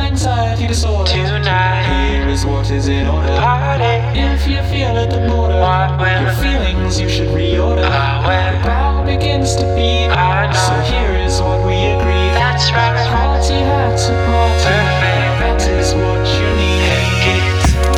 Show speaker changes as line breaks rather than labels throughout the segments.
inside you disorder.
Tonight.
Here is what is in order.
Party.
If you feel at the border,
What will-
your feelings you should reorder.
I
The
will.
bow begins to beat.
I know.
So here is what we agree.
That's right.
Party hats a party.
Perfect.
That is what you need.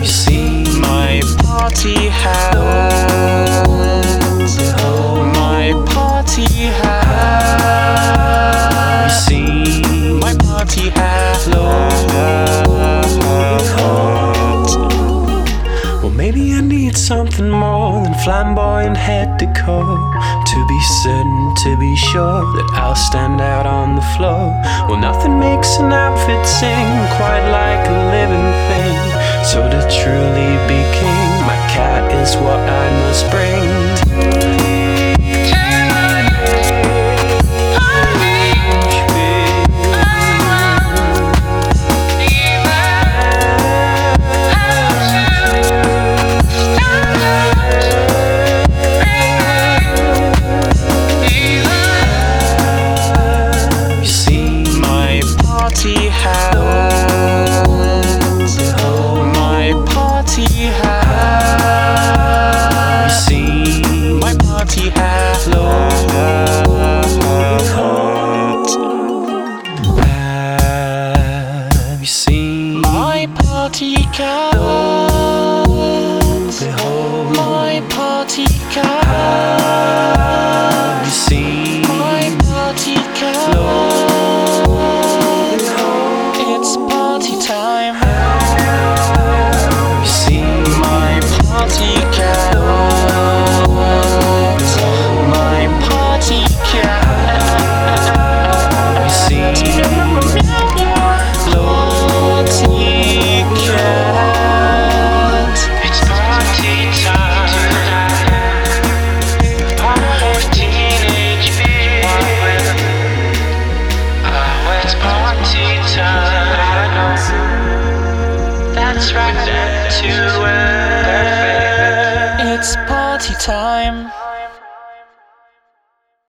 You see my party hat. Oh, my party hat. You see my party hat.
Well, maybe I need something more than flamboyant head decor to be certain, to be sure that I'll stand out on the floor. Well, nothing makes an outfit sing quite like a living thing. So to truly be king, my cat is what I must bring. You see my
Party hat. Oh, my party hat.
You see
My party hat.
Have you seen
My party cat.
the whole
My party cat.
Have you seen
My party cat. It's party time.
Have you seen my
Party cat. My party cat.
You see
Party cat.
It's party time tonight. Party of teenage fear. Oh, it's party time. That's right, that to it.
It's party time.